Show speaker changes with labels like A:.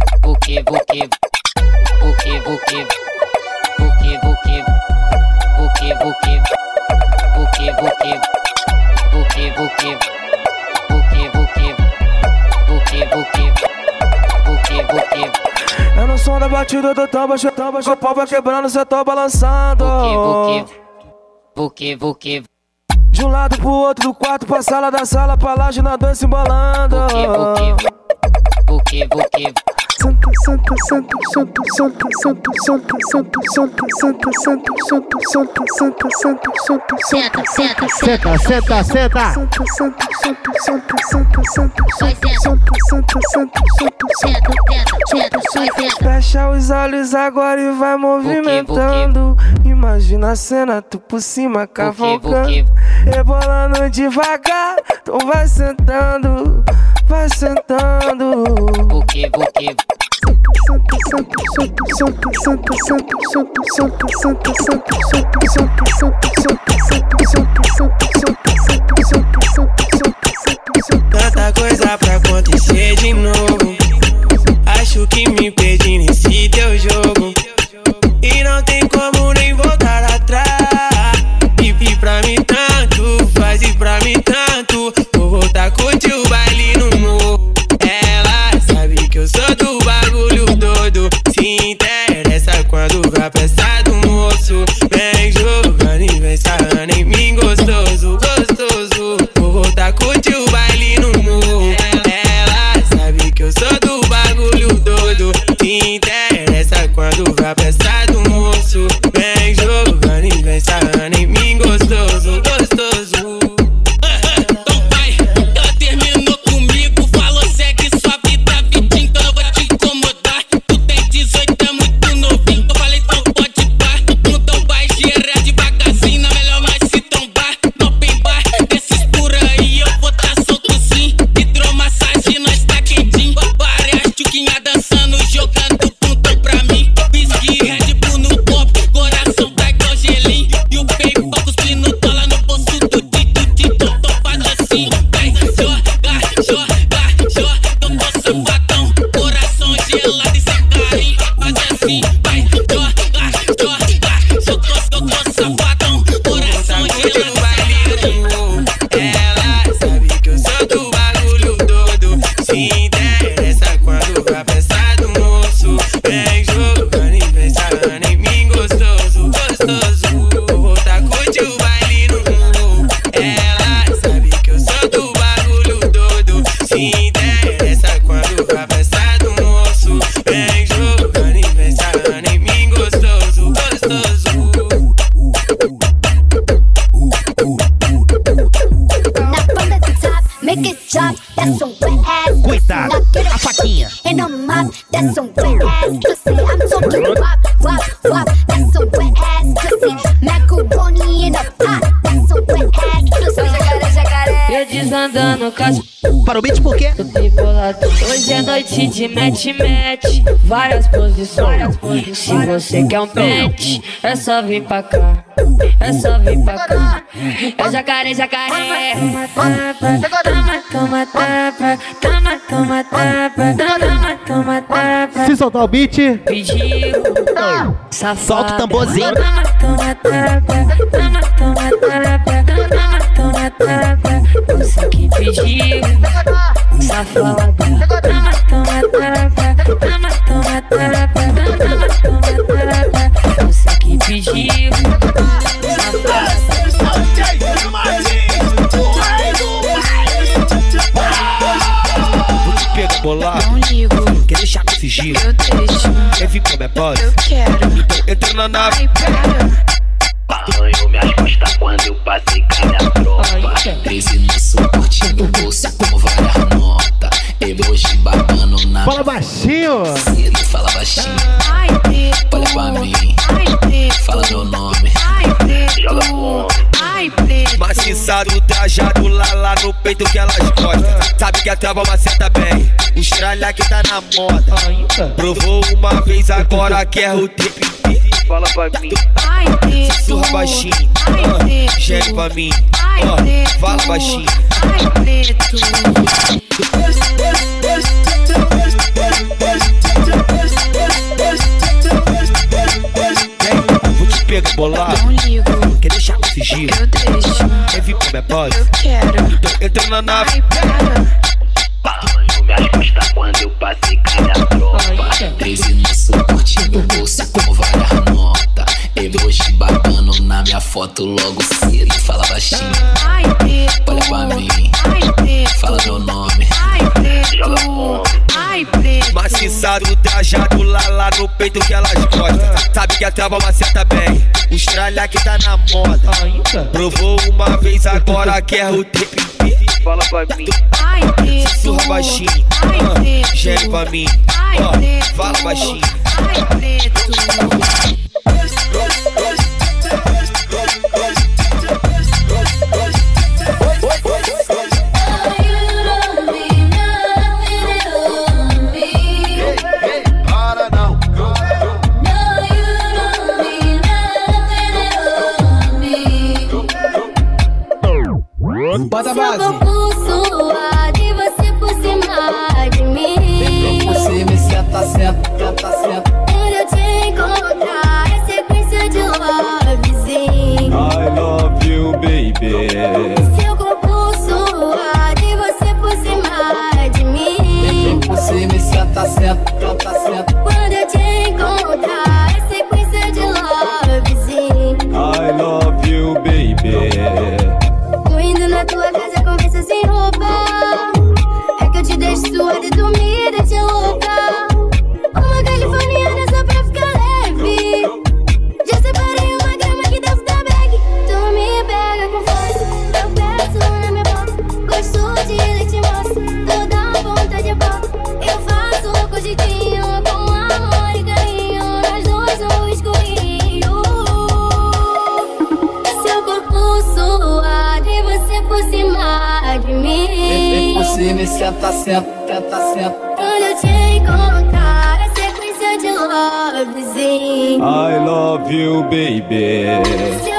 A: porque, porque, porque, porque, porque, porque, porque, porque, porque, porque, porque, porque, porque, porque, porque, porque, porque, porque.
B: Eu não sou É da batida do tamba, chutamba, chupava quebrando, cê tô balançando.
A: Porque, porque,
B: De um lado pro outro, do quarto pra sala, da sala pra laje, na dois se embolando.
A: porque, porque, porque, porque,
C: Santa, Santa, Santa, Santa, Santa, Santa, Santa, Santa, Santa, Santa, Santa, Santa, Santa, Santa, Santa, Santa, Santa, Santa,
D: Senta, senta, senta.
C: Santa, Santa, Santa, Santa, Santa, Santa, Santa, Santa, Santa, Santa, Santa, Santa, Santa, Santa,
B: Fecha os olhos agora e vai movimentando. Imagina a cena, tu por cima cavalcando. Rebolando devagar, tu vai sentando, vai sentando.
A: porque, porque,
E: Tanta coisa pra acontecer de novo. Acho que me perdi nesse teu jogo. E não tem como nem voltar atrás. E, e pra mim tanto, faz e pra mim tanto. Vou voltar a curtir o baile no morro. Ela sabe que eu sou do bagulho doido. Se interessa quando vai passar do moço. Vem jogando e vem sarrando em mim gostoso, gostoso. Vou voltar a curtir o baile no morro. Ela sabe que eu sou do bagulho doido. Se interessa quando vai passar do moço. Vem jogando e vem sarrando em mim gostoso, gostoso.
F: Então vai, ela terminou comigo, falou segue sua vida, vida, então eu vou te incomodar. Tu tem 18, é muito novinho, eu falei então pode pá. Então vai girar devagarzinho, não é melhor mais se trombar. Não pimbar, desses por aí eu vou tá solto sim. Hidromassagem, nós tá quentinho. Parece chuquinha dançando, jogando ponto pra mim. Whisky, Red Bull no copo, coração tá congelinho. E o baby tá cuspindo cola no bolso do Tito, Tito, tô fazendo assim. Vai, joga, joga, joga, eu tô safadão. Coração gelado e sacarim, faz assim. Vai, joga, joga, joga, eu tô safadão. Coração
E: Curte o
F: gelado e sacarim.
E: baile no Ela sabe que eu sou do bagulho doido. Se interessa quando vai pensar do moço. Vem jogando e vem sarrando em mim gostoso, gostoso. Vou voltar, curte o baile no morro. Ela sabe que eu sou do bagulho doido. Se interessa quando vai pensar do moço. Vem jogando e vem sarrando em mim gostoso, gostoso.
G: Now from the top, make it jump. That's some wet ass pussy.
D: Cuidado,
G: Now get
D: a
G: it
D: faquinha.
G: in a mop. That's some wet ass pussy. I'm talking wop, wop, wop. That's some wet ass pussy. Macaroni in a pot. That's some wet ass pussy. Jacaré, jacaré.
H: Eu desandando caso
D: Para o beat por quê?
H: bolado. Hoje é noite de match match, várias posições. Se você quer um pente, é só vir pra cá. É só vir pra cá. É jacaré, jacaré. Toma, toma, tapa. Toma, toma, tapa. Toma, toma, tapa.
D: Se soltar o beat,
H: Pediu. Safado.
D: Solta o tamborzinho.
H: Toma, toma, tapa. Toma, toma, tapa. Toma, toma, tapa. Você que pediu safada. Toma, toma, tapa. Toma, toma, tapa. Toma, toma, tapa. Você que pediu.
I: Vou te pegar bolado. Não ligo. Não quero deixar com esse giro. Eu deixo. Quer vir pra minha base? Eu quero. Entra na nave.
J: Arranhou minhas costas quando eu passei cada prova. Treze no suporte no bolso com várias notas. Emoji babando na
D: fala baixinho.
J: Ele fala baixinho. Olha pra mim. Fala meu nome. Joga fome.
I: Maciçado, trajado, lá, lá no peito que elas gostam. Sabe que a trava maceta bem. O estralha que tá na moda. Provou uma vez, agora quer o trip. Fala pra mim. Surra baixinho. Ah, Gere pra mim. Ah, Fala baixinho.
E: Thank
I: bolado.
K: Não ligo,
I: Quer deixar eu fingir?
K: eu deixo,
I: Quer vir como é pode?
K: eu quero.
I: Então entra na nave.
K: Ai, para,
J: Balanho minhas costas quando eu passei cada tropa. Treze no suporte do bolsa com várias notas. Eu hoje babando na minha foto logo cedo. Fala baixinho,
K: ai, preto.
J: olha pra mim,
K: Ai, preto.
J: fala meu nome.
K: Ai, preto. Ai, preto.
I: Maciçado, trajado, lá lá no peito que elas gostam. Sabe que a trava maceta bem, o estralha que tá na moda. Provou uma vez, agora quer o tempo inteiro. Fala pra mim,
K: Ai, preto.
I: Sussurra baixinho.
K: Ai,
I: Ah,
K: preto.
I: gere pra mim.
K: Ai,
I: Ó,
K: preto.
I: fala baixinho.
K: Ai, preto.
D: Bota a base.
G: Quando
D: me senta, senta, senta, senta.
G: eu te encontrar, é sequência de lovezinho.
I: I love you, baby.
G: Seu corpo suado e você por cima de mim.
D: Você me senta, senta, senta, senta.
G: Quando eu te encontrar, é sequência de lovezinho.
I: I love you, baby.
G: Tô indo na tua casa, conversa sem roupa. É que eu te deixo suada e dormida de louca. Uma californiana só pra ficar leve. Já separei uma grama que dentro da bag. Tu me pega com força. Eu peço na minha boca. Gosto de leite moça. Toda ponta de bola. Eu faço um cogidinho com amor e carinho. Nós dois no escurinho. Seu corpo suado e você por cima de mim.
D: Você me senta, senta, senta, senta.
G: Quando eu te encontrar, é sequência de lovezinho.
I: I love you, baby.
G: Seu